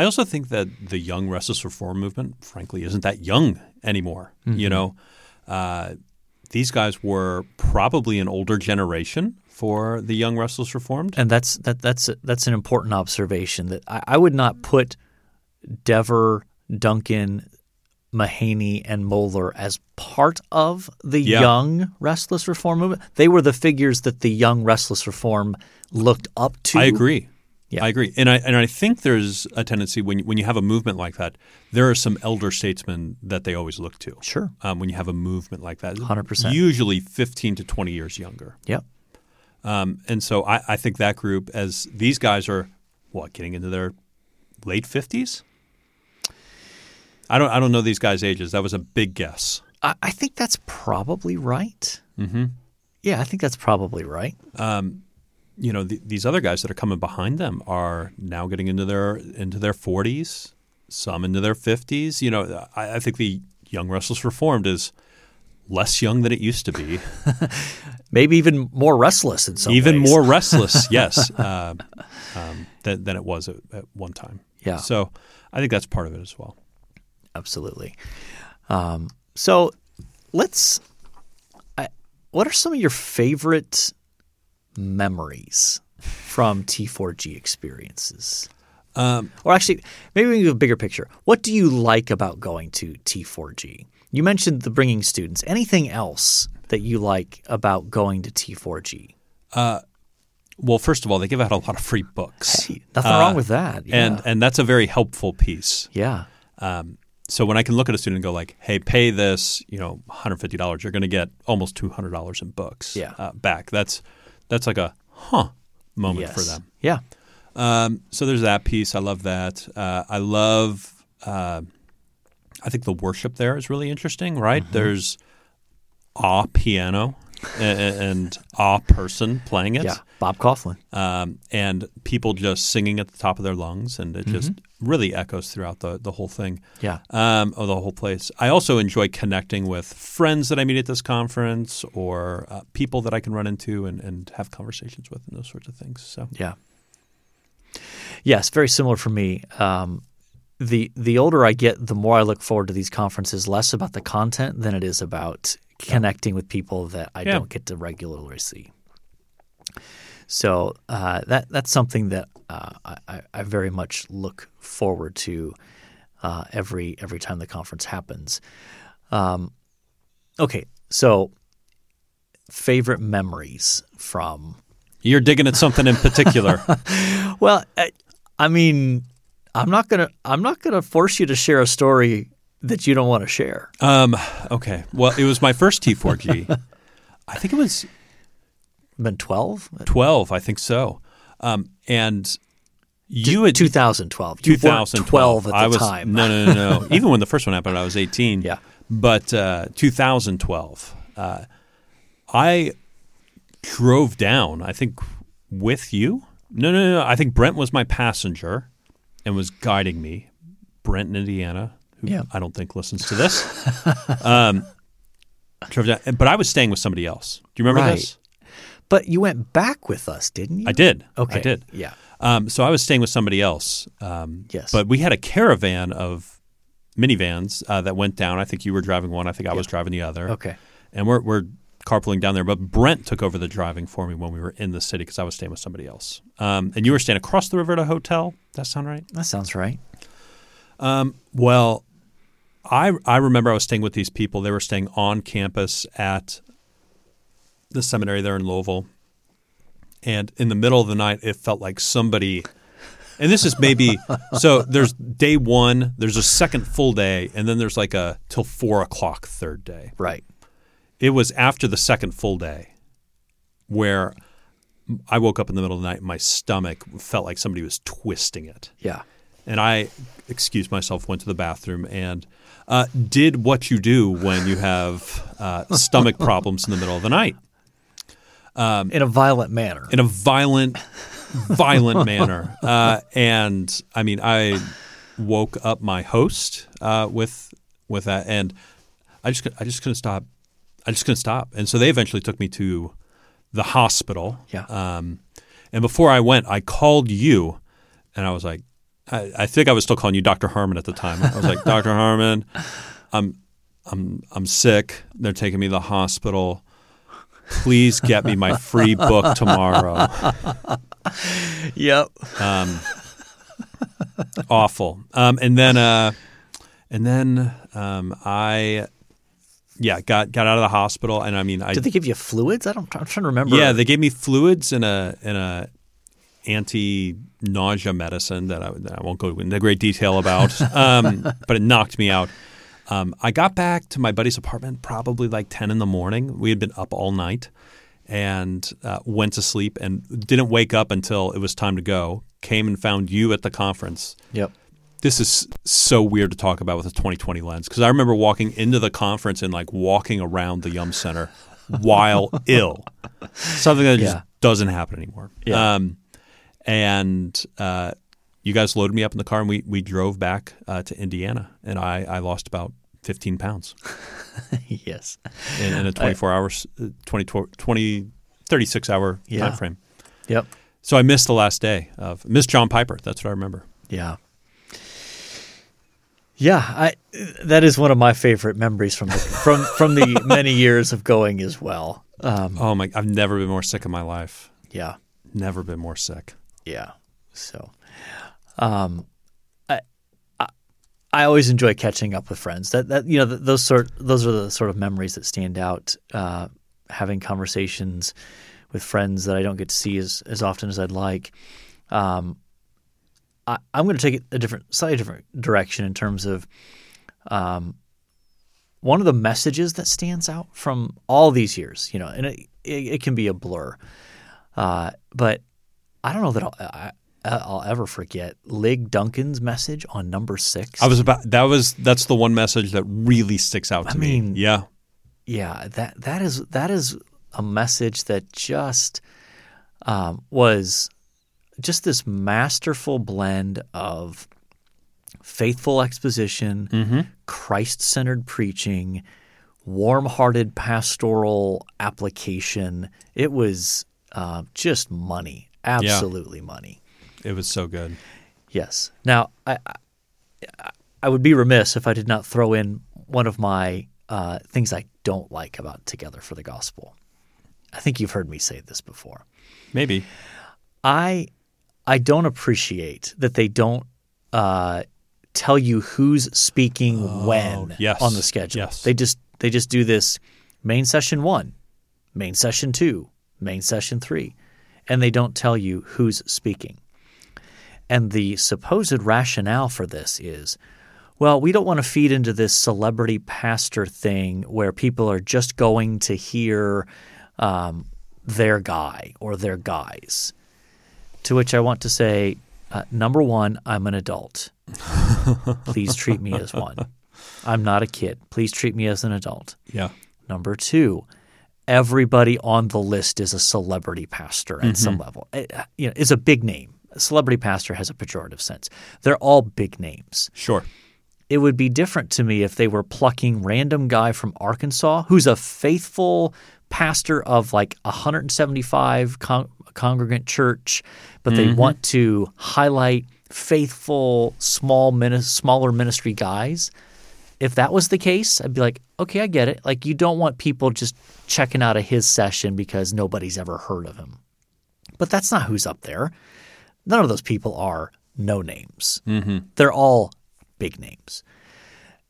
[SPEAKER 2] I also think that the young restless reform movement, frankly, isn't that young anymore. You know, uh, these guys were probably an older generation for the young restless reformed.
[SPEAKER 1] and that's that that's that's an important observation that I, I would not put Dever, Duncan, Mahaney, and Moeller as part of the
[SPEAKER 2] Yeah.
[SPEAKER 1] young restless reform movement. They were the figures that the young restless reform looked up to.
[SPEAKER 2] I agree.
[SPEAKER 1] Yeah.
[SPEAKER 2] I agree, and I and I think there's a tendency when when you have a movement like that, there are some elder statesmen that they always look to.
[SPEAKER 1] Sure.
[SPEAKER 2] um, when you have a movement like that,
[SPEAKER 1] 100%.
[SPEAKER 2] usually fifteen to twenty years younger.
[SPEAKER 1] Yep.
[SPEAKER 2] Um, and so I, I think that group, as these guys are, what getting into their late fifties. I don't. I don't know these guys' ages. That was a big guess.
[SPEAKER 1] I, I think that's probably right. Mm-hmm. Yeah, I think that's probably right.
[SPEAKER 2] You know, th- these other guys that are coming behind them are now getting into their into their forties, some into their fifties. You know, I, I think the young restless reformed is less young than it used
[SPEAKER 1] <laughs>
[SPEAKER 2] to be,
[SPEAKER 1] Maybe even more restless in some
[SPEAKER 2] even
[SPEAKER 1] ways.
[SPEAKER 2] more restless, yes, <laughs> uh, um, than, than it was at, at one time.
[SPEAKER 1] Yeah.
[SPEAKER 2] So I think that's part of it as well.
[SPEAKER 1] Absolutely. Um, so let's. I, what are some of your favorite memories from T4G experiences?
[SPEAKER 2] Um,
[SPEAKER 1] Or actually, maybe we can do a bigger picture. What do you like about going to T4G? You mentioned the bringing students. Anything else that you like about going to T4G?
[SPEAKER 2] well, first of all, they give out a lot of free books,
[SPEAKER 1] Gee, Nothing wrong with that. Yeah.
[SPEAKER 2] Uh, and and that's a very helpful piece.
[SPEAKER 1] yeah,
[SPEAKER 2] So when I can look at a student and go like, "Hey, pay this, you know, one hundred fifty dollars, you're going to get almost two hundred dollars in books
[SPEAKER 1] Yeah.
[SPEAKER 2] uh, back." That's that's like a huh moment
[SPEAKER 1] yes.
[SPEAKER 2] for them.
[SPEAKER 1] Yeah,
[SPEAKER 2] Um, so there's that piece. I love that. Uh, I love. Uh, I think the worship there is really interesting. Right
[SPEAKER 1] Mm-hmm.
[SPEAKER 2] there's ah piano and, and ah person playing it,
[SPEAKER 1] yeah. Bob Coughlin.
[SPEAKER 2] um, and people just singing at the top of their lungs, and it just
[SPEAKER 1] Mm-hmm.
[SPEAKER 2] really echoes throughout the the whole thing.
[SPEAKER 1] Yeah,
[SPEAKER 2] Um, oh, the whole place. I also enjoy connecting with friends that I meet at this conference or uh, people that I can run into and, and have conversations with and those sorts of things. So,
[SPEAKER 1] Yeah. Yes, very similar for me. Um, the the older I get, the more I look forward to these conferences. Less about the content than it is about connecting with people that I
[SPEAKER 2] Yeah.
[SPEAKER 1] don't get to regularly see. So uh, that that's something that uh, I- I, I very much look forward to uh, every every time the conference happens. Um, okay, so favorite memories from
[SPEAKER 2] you're digging at something in particular.
[SPEAKER 1] Well, I, I mean, I'm not gonna I'm not gonna force you to share a story that you don't want to share.
[SPEAKER 2] um, okay. Well, it was my first T4G. I think it was
[SPEAKER 1] Been 12,
[SPEAKER 2] 12. I think so. Um, and you had
[SPEAKER 1] 2012, You weren't
[SPEAKER 2] 2012
[SPEAKER 1] 12 at the
[SPEAKER 2] I was,
[SPEAKER 1] time.
[SPEAKER 2] No, no,
[SPEAKER 1] <laughs>
[SPEAKER 2] no, no. Even when the first one happened, I was 18.
[SPEAKER 1] Yeah.
[SPEAKER 2] But uh, 2012, uh, I drove down, I think, with you. No, no, no. no. I think Brent was my passenger and was guiding me. Brent in Indiana, who
[SPEAKER 1] Yeah.
[SPEAKER 2] I don't think listens to this. <laughs> um, drove down, but I was staying with somebody else. Do you remember
[SPEAKER 1] Right.
[SPEAKER 2] this?
[SPEAKER 1] But you went back with us, didn't you?
[SPEAKER 2] I did.
[SPEAKER 1] Okay,
[SPEAKER 2] I did.
[SPEAKER 1] Yeah,
[SPEAKER 2] Um, so I was staying with somebody else. Um,
[SPEAKER 1] Yes.
[SPEAKER 2] But we had a caravan of minivans uh, that went down. I think you were driving one. I think I was driving the other.
[SPEAKER 1] okay,
[SPEAKER 2] And we're, we're carpooling down there. But Brent took over the driving for me when we were in the city because I was staying with somebody else. Um, and you were staying across the river at a hotel. Does that sound right?
[SPEAKER 1] that sounds right.
[SPEAKER 2] Well, I I remember I was staying with these people. They were staying on campus at the seminary there in Louisville, and in the middle of the night, it felt like somebody. And this is maybe so. There's day one. There's a second full day, and then there's like a till four o'clock third day.
[SPEAKER 1] Right.
[SPEAKER 2] It was after the second full day where I woke up in the middle of the night. And my stomach felt like somebody was twisting it
[SPEAKER 1] Yeah.
[SPEAKER 2] and I excused myself, went to the bathroom, and uh, did what you do when you have uh, stomach problems in the middle of the night Um,
[SPEAKER 1] In a violent
[SPEAKER 2] <laughs>
[SPEAKER 1] manner.
[SPEAKER 2] in a violent, violent manner. Uh, and I mean, I woke up my host uh, with with that, and I just cou- I just couldn't stop. I just couldn't stop, and so they eventually took me to the hospital.
[SPEAKER 1] Yeah.
[SPEAKER 2] Um, and before I went, I called you, and I was like, I, I think I was still calling you Dr. Harmon at the time. I was like, Dr. Harmon, I'm I'm sick. They're taking me to the hospital. Please get me my free book tomorrow.
[SPEAKER 1] yep.
[SPEAKER 2] awful. Um, and then, uh, and then um, I, yeah, got got out of the hospital, and I mean, I
[SPEAKER 1] Did they give you fluids? I don't. I'm trying to remember.
[SPEAKER 2] yeah, they gave me fluids and a and a anti nausea medicine that I, that I won't go into great
[SPEAKER 1] <laughs>
[SPEAKER 2] detail about, um, but it knocked me out. Um, I got back to my buddy's apartment probably like ten in the morning. We had been up all night and uh, went to sleep and didn't wake up until it was time to go. Came and found you at the conference
[SPEAKER 1] Yep. <laughs>
[SPEAKER 2] this is so weird to talk about with a 2020 lens because I remember walking into the conference and like walking around the
[SPEAKER 1] <laughs>
[SPEAKER 2] Yum Center while ill, something that
[SPEAKER 1] Yeah.
[SPEAKER 2] just doesn't happen anymore.
[SPEAKER 1] Yeah.
[SPEAKER 2] Um, and uh, you guys loaded me up in the car and we we drove back uh, to Indiana and I I lost about 15 pounds
[SPEAKER 1] yes.
[SPEAKER 2] in,
[SPEAKER 1] <laughs>
[SPEAKER 2] in a 24 hours, uh, 20, 20, 36 hour
[SPEAKER 1] Yeah.
[SPEAKER 2] time frame.
[SPEAKER 1] Yep.
[SPEAKER 2] So I missed the last day of missed John Piper. That's what I remember.
[SPEAKER 1] Yeah. Yeah, I, that is one of my favorite memories from the, from from the many years of going as well. Um,
[SPEAKER 2] Oh my! I've never been more sick in my life.
[SPEAKER 1] yeah,
[SPEAKER 2] Never been more sick.
[SPEAKER 1] yeah. So, um, I, I I always enjoy catching up with friends. That that you know th- those sort those are the sort of memories that stand out. Uh, having conversations with friends that I don't get to see as as often as I'd like. Um, I, I'm going to take it a different slightly different direction in terms of um, one of the messages that stands out from all these years, you know, and it, it, it can be a blur, uh, but I don't know that I'll, I, I'll ever forget Lig Duncan's message on number six.
[SPEAKER 2] I was about that was that's the one message that really sticks out to
[SPEAKER 1] mean-
[SPEAKER 2] me. Yeah,
[SPEAKER 1] yeah, that that is that is a message that just um, was just this masterful blend of faithful exposition, Christ-centered preaching, warm-hearted pastoral application. It was uh, just money, absolutely money.
[SPEAKER 2] it was so good.
[SPEAKER 1] Yes. Now, I, I I would be remiss if I did not throw in one of my uh, things I don't like about Together for the Gospel. I think you've heard me say this before.
[SPEAKER 2] Maybe
[SPEAKER 1] I I don't appreciate that they don't uh, tell you who's speaking when
[SPEAKER 2] Oh, yes.
[SPEAKER 1] on the schedule.
[SPEAKER 2] Yes.
[SPEAKER 1] They just they just do this main session one, main session two, main session three, and they don't tell you who's speaking. And the supposed rationale for this is, well, we don't want to feed into this celebrity pastor thing where people are just going to hear um, their guy or their guys. To which I want to say, uh, number one, I'm an adult. Please treat me as one. I'm not a kid. Please treat me as an adult.
[SPEAKER 2] yeah,
[SPEAKER 1] Number two, everybody on the list is a celebrity pastor at some level. It, uh, you know, is a big name. A celebrity pastor has a pejorative sense. They're all big names.
[SPEAKER 2] sure.
[SPEAKER 1] It would be different to me if they were plucking random guy from Arkansas who's a faithful pastor of like 175 con- congregant church, but they want to highlight faithful small mini- smaller ministry guys. If that was the case, I'd be like, okay, I get it. Like you don't want people just checking out of his session because nobody's ever heard of him. But that's not who's up there. None of those people are no names. They're all big names.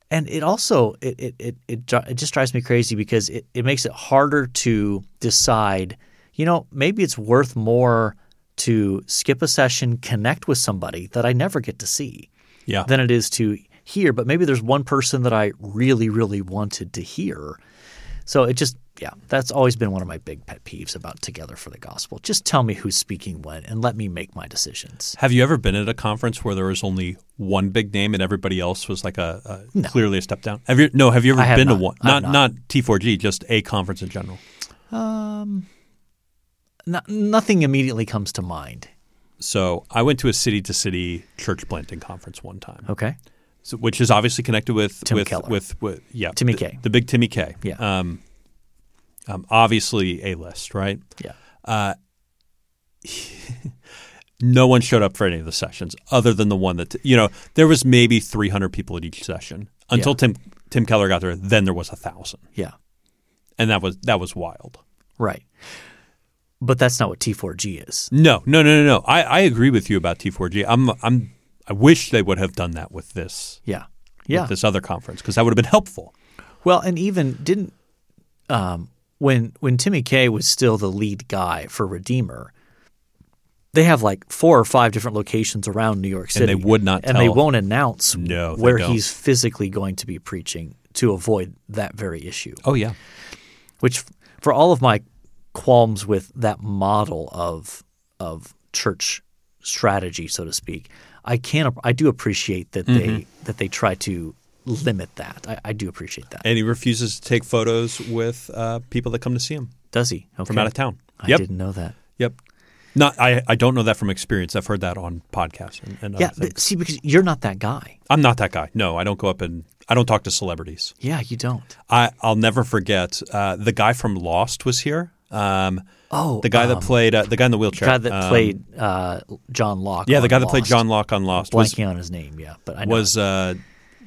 [SPEAKER 1] And it also it it it it, dri- it just drives me crazy because it, it makes it harder to decide, you know, maybe it's worth more to skip a session, connect with somebody that I never get to see
[SPEAKER 2] Yeah,
[SPEAKER 1] than it is to hear, but maybe there's one person that I really, really wanted to hear. So it just, yeah, that's always been one of my big pet peeves about Together for the Gospel. Just tell me who's speaking when and let me make my decisions.
[SPEAKER 2] Have you ever been at a conference where there was only one big name and everybody else was like a, a clearly a step down? Have you no? Have you ever
[SPEAKER 1] I have
[SPEAKER 2] been
[SPEAKER 1] not.
[SPEAKER 2] to one?
[SPEAKER 1] I have
[SPEAKER 2] not
[SPEAKER 1] not.
[SPEAKER 2] T4G, just a conference in general.
[SPEAKER 1] No, nothing immediately comes to mind.
[SPEAKER 2] So I went to a city to city church planting conference one time,
[SPEAKER 1] Okay.
[SPEAKER 2] so, which is obviously connected with
[SPEAKER 1] Oh. Tim
[SPEAKER 2] with,
[SPEAKER 1] Keller.
[SPEAKER 2] with with yeah
[SPEAKER 1] Timmy
[SPEAKER 2] the,
[SPEAKER 1] K.
[SPEAKER 2] the big Timmy K.
[SPEAKER 1] Yeah.
[SPEAKER 2] Um, um, obviously a list, right?
[SPEAKER 1] Yeah.
[SPEAKER 2] no one showed up for any of the sessions other than the one that you know there was maybe 300 people at each session until
[SPEAKER 1] Yeah.
[SPEAKER 2] tim tim keller got there then there was a thousand
[SPEAKER 1] Yeah.
[SPEAKER 2] and that was that was wild
[SPEAKER 1] Right. But that's not what T4G is.
[SPEAKER 2] no no no no no i, I agree with you about t4g i'm i'm i wish they would have done that with this
[SPEAKER 1] Yeah. Yeah.
[SPEAKER 2] with this other conference because that would have been helpful
[SPEAKER 1] Well, and even didn't um, when when Timmy Kay was still the lead guy for Redeemer, they have like four or five different locations around New York City,
[SPEAKER 2] they would not
[SPEAKER 1] and they
[SPEAKER 2] tell.
[SPEAKER 1] won't announce
[SPEAKER 2] No, they
[SPEAKER 1] where
[SPEAKER 2] don't.
[SPEAKER 1] he's physically going to be preaching to avoid that very issue.
[SPEAKER 2] oh yeah
[SPEAKER 1] Which, for all of my qualms with that model of of church strategy, so to speak, I can I do appreciate that they
[SPEAKER 2] Mm-hmm.
[SPEAKER 1] that they try to limit that. I, I do appreciate that.
[SPEAKER 2] and he refuses to take photos with uh, people that come to see him
[SPEAKER 1] Does he? Okay.
[SPEAKER 2] from out of town
[SPEAKER 1] I
[SPEAKER 2] yep
[SPEAKER 1] didn't know that.
[SPEAKER 2] yep not I, I don't know that from experience i've heard that on podcasts and, and
[SPEAKER 1] Yeah,
[SPEAKER 2] other things.
[SPEAKER 1] but see, because you're not that guy.
[SPEAKER 2] I'm not that guy. No, I don't go up and I don't talk to celebrities.
[SPEAKER 1] Yeah, you don't.
[SPEAKER 2] I, I'll never forget uh, the guy from Lost was here. Um,
[SPEAKER 1] Oh,
[SPEAKER 2] the guy that played uh, the guy in the wheelchair.
[SPEAKER 1] guy that
[SPEAKER 2] Um,
[SPEAKER 1] played uh, John Locke.
[SPEAKER 2] yeah, the
[SPEAKER 1] on
[SPEAKER 2] guy that played
[SPEAKER 1] Lost.
[SPEAKER 2] John Locke on Lost was
[SPEAKER 1] Blanking on his name, yeah, but I know.
[SPEAKER 2] was uh,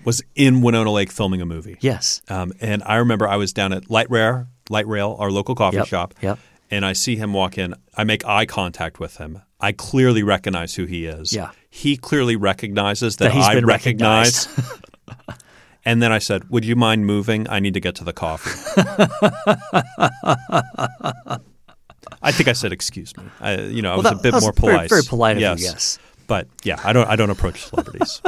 [SPEAKER 2] was in Winona Lake filming a movie.
[SPEAKER 1] yes,
[SPEAKER 2] Um, and I remember I was down at Light Rare, Light Rail, our local coffee
[SPEAKER 1] Yep,
[SPEAKER 2] shop.
[SPEAKER 1] yep.
[SPEAKER 2] And I see him walk in. I make eye contact with him. I clearly recognize who he is.
[SPEAKER 1] Yeah.
[SPEAKER 2] He clearly recognizes that,
[SPEAKER 1] That he's
[SPEAKER 2] I
[SPEAKER 1] been
[SPEAKER 2] recognize. and then I said, "Would you mind moving? I need to get to the
[SPEAKER 1] <laughs>
[SPEAKER 2] coffee." I think I said, "Excuse me." I, you know, I was
[SPEAKER 1] that-
[SPEAKER 2] a bit
[SPEAKER 1] that was
[SPEAKER 2] more
[SPEAKER 1] very-
[SPEAKER 2] polite.
[SPEAKER 1] very polite of you, yes.
[SPEAKER 2] But yeah, I don't. I don't approach
[SPEAKER 1] <laughs>
[SPEAKER 2] celebrities.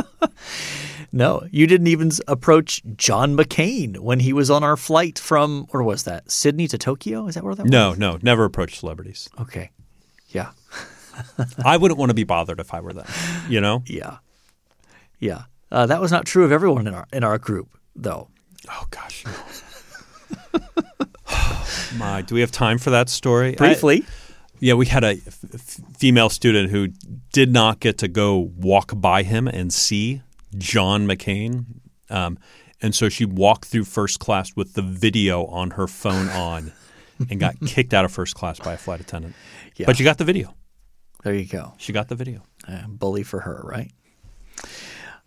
[SPEAKER 1] <laughs> no, you didn't even s- approach John McCain when he was on our flight from where was that? Sydney to Tokyo? Is that where that was?
[SPEAKER 2] no, no, never approach celebrities.
[SPEAKER 1] Okay, yeah,
[SPEAKER 2] I wouldn't want to be bothered if I were them.
[SPEAKER 1] <laughs>
[SPEAKER 2] You know?
[SPEAKER 1] yeah, yeah. Uh, that was not true of everyone in our in our group, though.
[SPEAKER 2] Oh gosh. no. <sighs> My, do we have time for that story? I-
[SPEAKER 1] Briefly,
[SPEAKER 2] yeah, we had a f- f- female student who did not get to go walk by him and see John McCain. Um, and so she walked through first class with the video on her phone on and <laughs> got kicked out of first class by a flight attendant.
[SPEAKER 1] Yeah.
[SPEAKER 2] But she got the video.
[SPEAKER 1] there you go.
[SPEAKER 2] She got the video.
[SPEAKER 1] Uh, bully for her, right?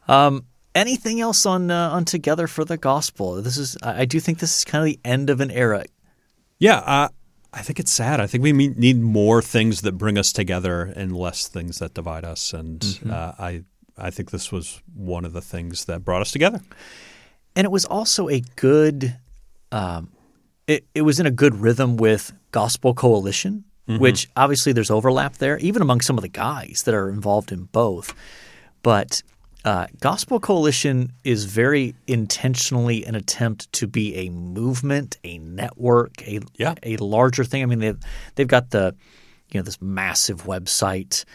[SPEAKER 1] Um, anything else on uh, on Together for the Gospel? This is I, I do think this is kind of the end of an era.
[SPEAKER 2] Yeah, uh, I think it's sad. I think we me- need more things that bring us together and less things that divide us. And uh, I, I think this was one of the things that brought us together.
[SPEAKER 1] and it was also a good um, it, it was in a good rhythm with gospel coalition which obviously there's overlap there even among some of the guys that are involved in both but uh, gospel coalition is very intentionally an attempt to be a movement a network a,
[SPEAKER 2] Yeah.
[SPEAKER 1] a larger thing i mean they've, they've got the you know this massive website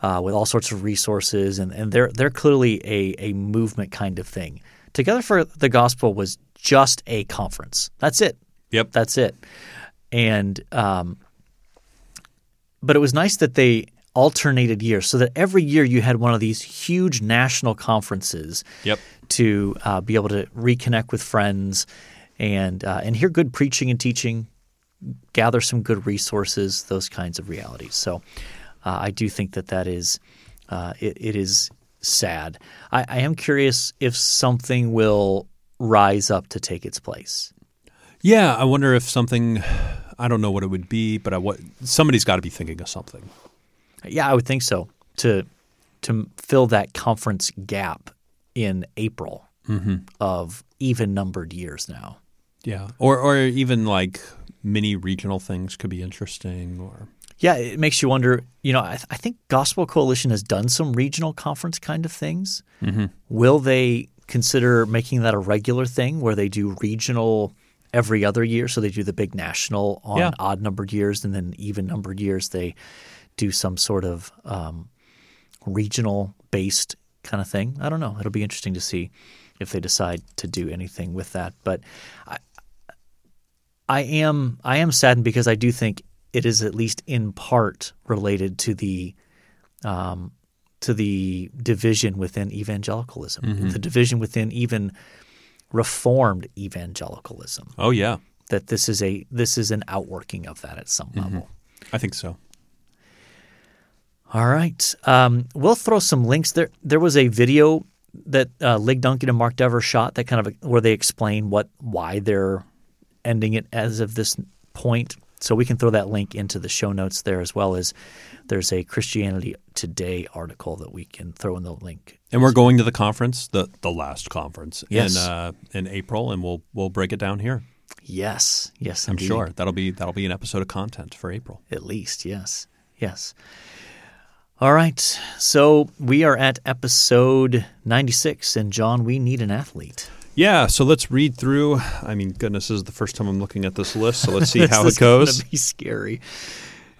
[SPEAKER 1] uh, with all sorts of resources, and, and they're they're clearly a a movement kind of thing. Together for the Gospel was just a conference. That's it.
[SPEAKER 2] Yep.
[SPEAKER 1] That's it. And um, but it was nice that they alternated years, so that every year you had one of these huge national conferences
[SPEAKER 2] Yep.
[SPEAKER 1] to uh, be able to reconnect with friends and uh, and hear good preaching and teaching, gather some good resources, those kinds of realities. So uh, I do think that that is uh, it, it is sad. I, I am curious if something will rise up to take its place.
[SPEAKER 2] Yeah, I wonder if something. I don't know what it would be, but I, what, somebody's got to be thinking of something.
[SPEAKER 1] Yeah, I would think so to to fill that conference gap in April of even numbered years now.
[SPEAKER 2] Yeah, or or even like mini regional things could be interesting. Or
[SPEAKER 1] Yeah, it makes you wonder. You know, I, th- I think Gospel Coalition has done some regional conference kind of things. Will they consider making that a regular thing where they do regional every other year? So they do the big national on
[SPEAKER 2] Yeah.
[SPEAKER 1] odd numbered years, and then even numbered years they do some sort of um, regional based kind of thing. I don't know. It'll be interesting to see if they decide to do anything with that. But I am I am saddened because I do think it is at least in part related to the um, to the division within evangelicalism, the division within even reformed evangelicalism.
[SPEAKER 2] oh yeah,
[SPEAKER 1] That this is a this is an outworking of that at some level.
[SPEAKER 2] I think so.
[SPEAKER 1] All right. Um, we'll throw some links there. There was a video that uh, Lig Duncan and Mark Dever shot that kind of where they explain what why they're ending it as of this point. So we can throw that link into the show notes there as well as there's a Christianity Today article that we can throw in the link.
[SPEAKER 2] And we're going to the conference, the the last conference
[SPEAKER 1] Yes.
[SPEAKER 2] in uh, in April, and we'll we'll break it down here.
[SPEAKER 1] Yes, yes,
[SPEAKER 2] I'm
[SPEAKER 1] indeed.
[SPEAKER 2] sure that'll be that'll be an episode of content for April.
[SPEAKER 1] At least, yes. Yes. All right. So we are at episode 96 and John, we need an athlete.
[SPEAKER 2] Yeah, so let's read through. I mean, goodness, this is the first time I'm looking at this list, so let's see how
[SPEAKER 1] <laughs> This
[SPEAKER 2] it
[SPEAKER 1] is gonna
[SPEAKER 2] goes.
[SPEAKER 1] be scary.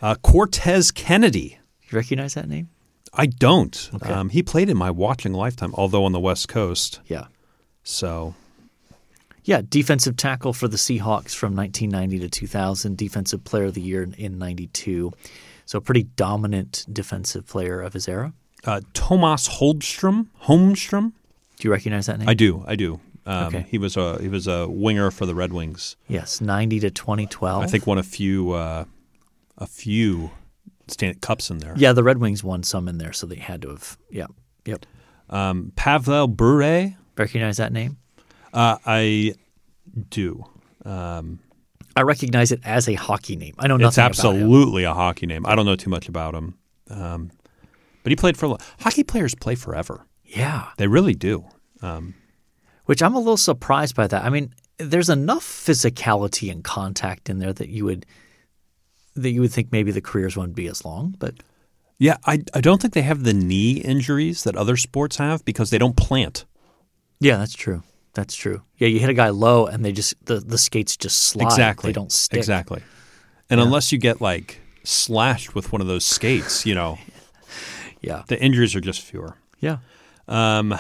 [SPEAKER 2] Uh, Cortez Kennedy.
[SPEAKER 1] You recognize that name?
[SPEAKER 2] I don't. Um, he played in my watching lifetime, although on the West Coast.
[SPEAKER 1] Yeah.
[SPEAKER 2] So,
[SPEAKER 1] Yeah, defensive tackle for the Seahawks from 1990 to 2000, defensive player of the year in- in 92. So a pretty dominant defensive player of his era.
[SPEAKER 2] uh, Tomas Holdstrom. Holmstrom.
[SPEAKER 1] Do you recognize that name?
[SPEAKER 2] I do. I do. Um,
[SPEAKER 1] Okay.
[SPEAKER 2] He was a he was a winger for the Red Wings.
[SPEAKER 1] Yes, 90 to 2012.
[SPEAKER 2] I think won a few uh, a few stand, cups in there.
[SPEAKER 1] Yeah, the Red Wings won some in there, so they had to have. Yeah, yep.
[SPEAKER 2] Um, Pavel Bure,
[SPEAKER 1] Recognize that name?
[SPEAKER 2] uh, I do. Um,
[SPEAKER 1] I recognize it as a hockey name. I know nothing
[SPEAKER 2] it's
[SPEAKER 1] about him.
[SPEAKER 2] absolutely a hockey name. I don't know too much about him, um, but he played for a lo- hockey players play forever.
[SPEAKER 1] Yeah,
[SPEAKER 2] They really do. Um,
[SPEAKER 1] which I'm a little surprised by that. I mean, there's enough physicality and contact in there that you would that you would think maybe the careers wouldn't be as long, but
[SPEAKER 2] yeah, I I don't think they have the knee injuries that other sports have because they don't plant.
[SPEAKER 1] yeah, that's true. That's true. Yeah, you hit a guy low and they just the, the skates just slide.
[SPEAKER 2] Exactly.
[SPEAKER 1] They don't stick.
[SPEAKER 2] Exactly. And unless you get like slashed with one of those skates, you know,
[SPEAKER 1] Yeah.
[SPEAKER 2] the injuries are just fewer.
[SPEAKER 1] Yeah.
[SPEAKER 2] Um,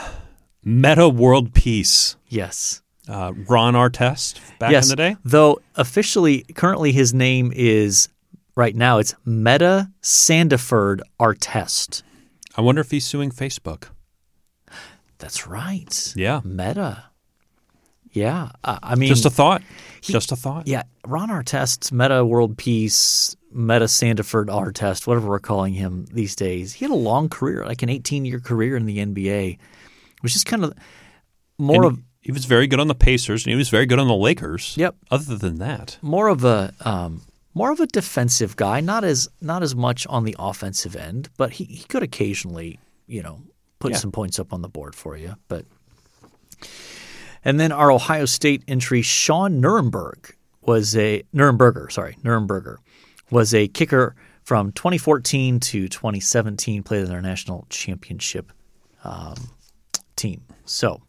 [SPEAKER 2] Meta World Peace,
[SPEAKER 1] Yes.
[SPEAKER 2] uh, Ron Artest back
[SPEAKER 1] yes.
[SPEAKER 2] in the day.
[SPEAKER 1] Though officially currently his name is right now it's Meta Sandiford Artest.
[SPEAKER 2] I wonder if he's suing Facebook.
[SPEAKER 1] That's right.
[SPEAKER 2] Yeah.
[SPEAKER 1] Meta. Yeah. Uh, I mean
[SPEAKER 2] Just a thought. just a thought.
[SPEAKER 1] Yeah, Ron Artest's Meta World Peace, Meta Sandiford Artest, whatever we're calling him these days. He had a long career, like an 18-year career in the NBA, which is kind of more
[SPEAKER 2] And
[SPEAKER 1] of
[SPEAKER 2] he, he was very good on the Pacers and he was very good on the Lakers.
[SPEAKER 1] Yep.
[SPEAKER 2] Other than that,
[SPEAKER 1] more of a um, more of a defensive guy, not as not as much on the offensive end, but he, he could occasionally, you know, put
[SPEAKER 2] Yeah.
[SPEAKER 1] some points up on the board for you. But and then our Ohio State entry, Sean Nuremberg was a Nuremberger, sorry, Nuremberger was a kicker from 2014 to 2017, played in their national championship um, team. So.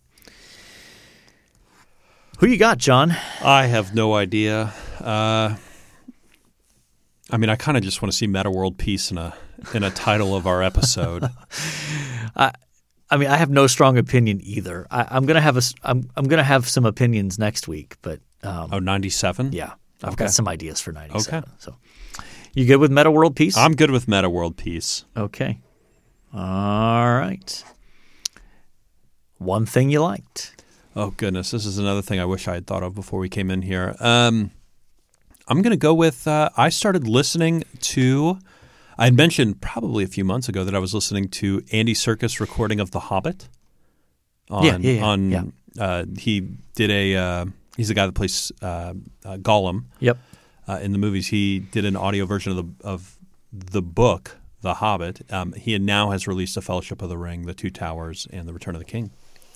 [SPEAKER 1] Who you got, John?
[SPEAKER 2] I have no idea. Uh, I mean, I kind of just want to see Meta World Peace in a in a title of our episode.
[SPEAKER 1] I mean, I have no strong opinion either. I, I'm gonna have a, s- I'm, I'm gonna have some opinions next week, but um,
[SPEAKER 2] Oh, 97?
[SPEAKER 1] yeah, I've
[SPEAKER 2] Okay.
[SPEAKER 1] got some ideas for '97.
[SPEAKER 2] Okay.
[SPEAKER 1] So, you good with Meta World Peace?
[SPEAKER 2] I'm good with Meta World Peace.
[SPEAKER 1] okay. All right. One thing you liked?
[SPEAKER 2] Oh, goodness. This is another thing I wish I had thought of before we came in here. Um, I'm going to go with uh, I started listening to, I had mentioned probably a few months ago that I was listening to Andy Circus recording of The Hobbit. On,
[SPEAKER 1] Yeah, yeah, yeah,
[SPEAKER 2] on,
[SPEAKER 1] yeah.
[SPEAKER 2] Uh, he did a, uh, he's the guy that plays uh, uh, Gollum.
[SPEAKER 1] Yep.
[SPEAKER 2] uh, in the movies. He did an audio version of the of the book, The Hobbit. Um, he now has released The Fellowship of the Ring, The Two Towers, and The Return of the King.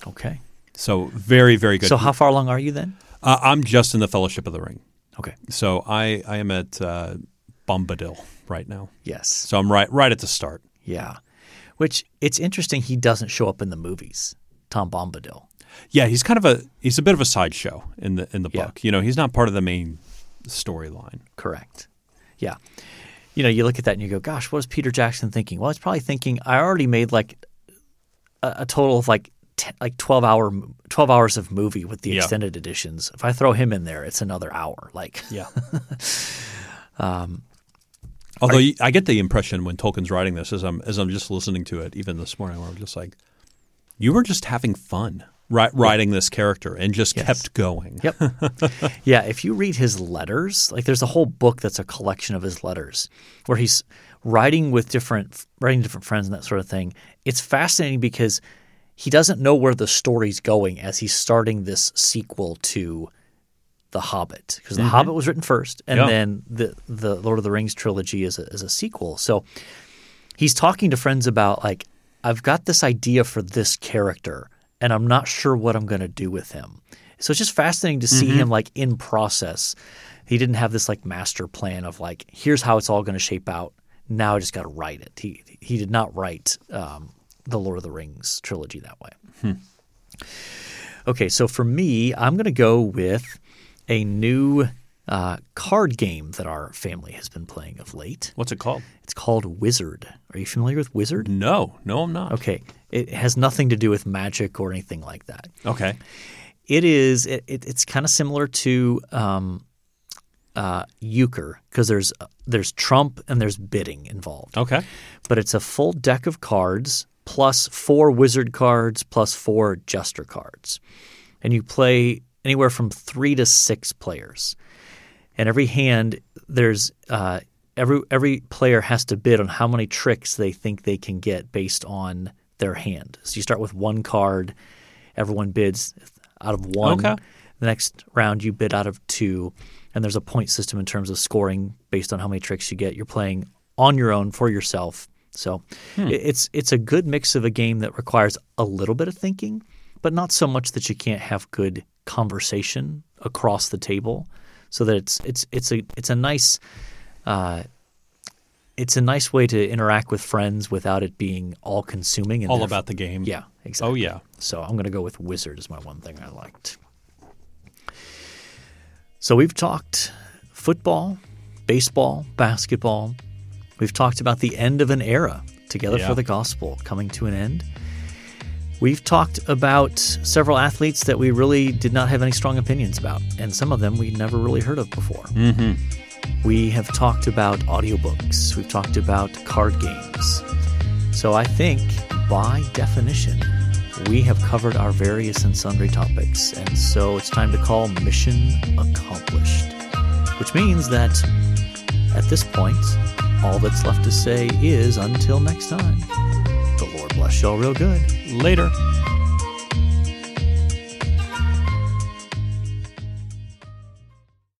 [SPEAKER 1] Okay.
[SPEAKER 2] So very, very good.
[SPEAKER 1] So, how far along are you then?
[SPEAKER 2] uh, I'm just in The Fellowship of the Ring.
[SPEAKER 1] Okay.
[SPEAKER 2] So I, I am at uh, Bombadil right now.
[SPEAKER 1] Yes.
[SPEAKER 2] So I'm right right at the start.
[SPEAKER 1] Yeah. Which it's interesting. He doesn't show up in the movies. Tom Bombadil.
[SPEAKER 2] Yeah, he's kind of a he's a bit of a sideshow in the in the
[SPEAKER 1] Yeah.
[SPEAKER 2] book. You know, he's not part of the main storyline.
[SPEAKER 1] Correct. Yeah. You know, you look at that and you go, gosh, what is Peter Jackson thinking? Well, he's probably thinking, I already made like a, a total of like t- like 12 hour 12 hours of movie with the
[SPEAKER 2] Yeah.
[SPEAKER 1] extended editions. If I throw him in there, it's another hour. Like
[SPEAKER 2] Yeah. <laughs> um, Although you- I get the impression when Tolkien's writing this, as I'm as I'm just listening to it, even this morning, where I'm just like, you were just having fun ri- writing this character and just kept going.
[SPEAKER 1] Yep. <laughs> yeah, if you read his letters, like there's a whole book that's a collection of his letters where he's writing with different writing to different friends and that sort of thing. It's fascinating because he doesn't know where the story's going as he's starting this sequel to The Hobbit because The Hobbit was written first and
[SPEAKER 2] Yeah.
[SPEAKER 1] then the the Lord of the Rings trilogy is a, is a sequel. So he's talking to friends about like I've got this idea for this character and I'm not sure what I'm going to do with him. So it's just fascinating to see him like in process. He didn't have this like master plan of like here's how it's all going to shape out. Now I just got to write it. He he did not write um, the Lord of the Rings trilogy that way. Okay, so for me, I'm going to go with a new uh, card game that our family has been playing of late.
[SPEAKER 2] What's it called?
[SPEAKER 1] It's called Wizard. Are you familiar with Wizard?
[SPEAKER 2] No, no, I'm not.
[SPEAKER 1] Okay. It has nothing to do with magic or anything like that.
[SPEAKER 2] Okay.
[SPEAKER 1] It is. It, it, it's kind of similar to um, uh, euchre because there's there's trump and there's bidding involved.
[SPEAKER 2] Okay.
[SPEAKER 1] But it's a full deck of cards plus four wizard cards plus four jester cards, and you play anywhere from three to six players. And every hand, there's uh, every every player has to bid on how many tricks they think they can get based on their hand. So you start with one card. Everyone bids out of one.
[SPEAKER 2] Okay.
[SPEAKER 1] The next round you bid out of two, and there's a point system in terms of scoring based on how many tricks you get. You're playing on your own for yourself. So
[SPEAKER 2] Hmm.
[SPEAKER 1] i- it's it's a good mix of a game that requires a little bit of thinking, but not so much that you can't have good conversation across the table. So that it's it's it's a it's a nice uh, it's a nice way to interact with friends without it being all consuming and
[SPEAKER 2] All
[SPEAKER 1] theref-
[SPEAKER 2] about the game.
[SPEAKER 1] yeah exactly.
[SPEAKER 2] Oh yeah.
[SPEAKER 1] So I'm going to go with Wizard as my one thing I liked. So we've talked football, baseball, basketball. We've talked about the end of an era, Together
[SPEAKER 2] Yeah.
[SPEAKER 1] for the Gospel, coming to an end. We've talked about several athletes that we really did not have any strong opinions about, and some of them we never really heard of before. We have talked about audiobooks, we've talked about card games. So I think, by definition, we have covered our various and sundry topics, and so it's time to call mission accomplished. Which means that at this point, all that's left to say is until next time, the Lord bless y'all real good.
[SPEAKER 2] Later.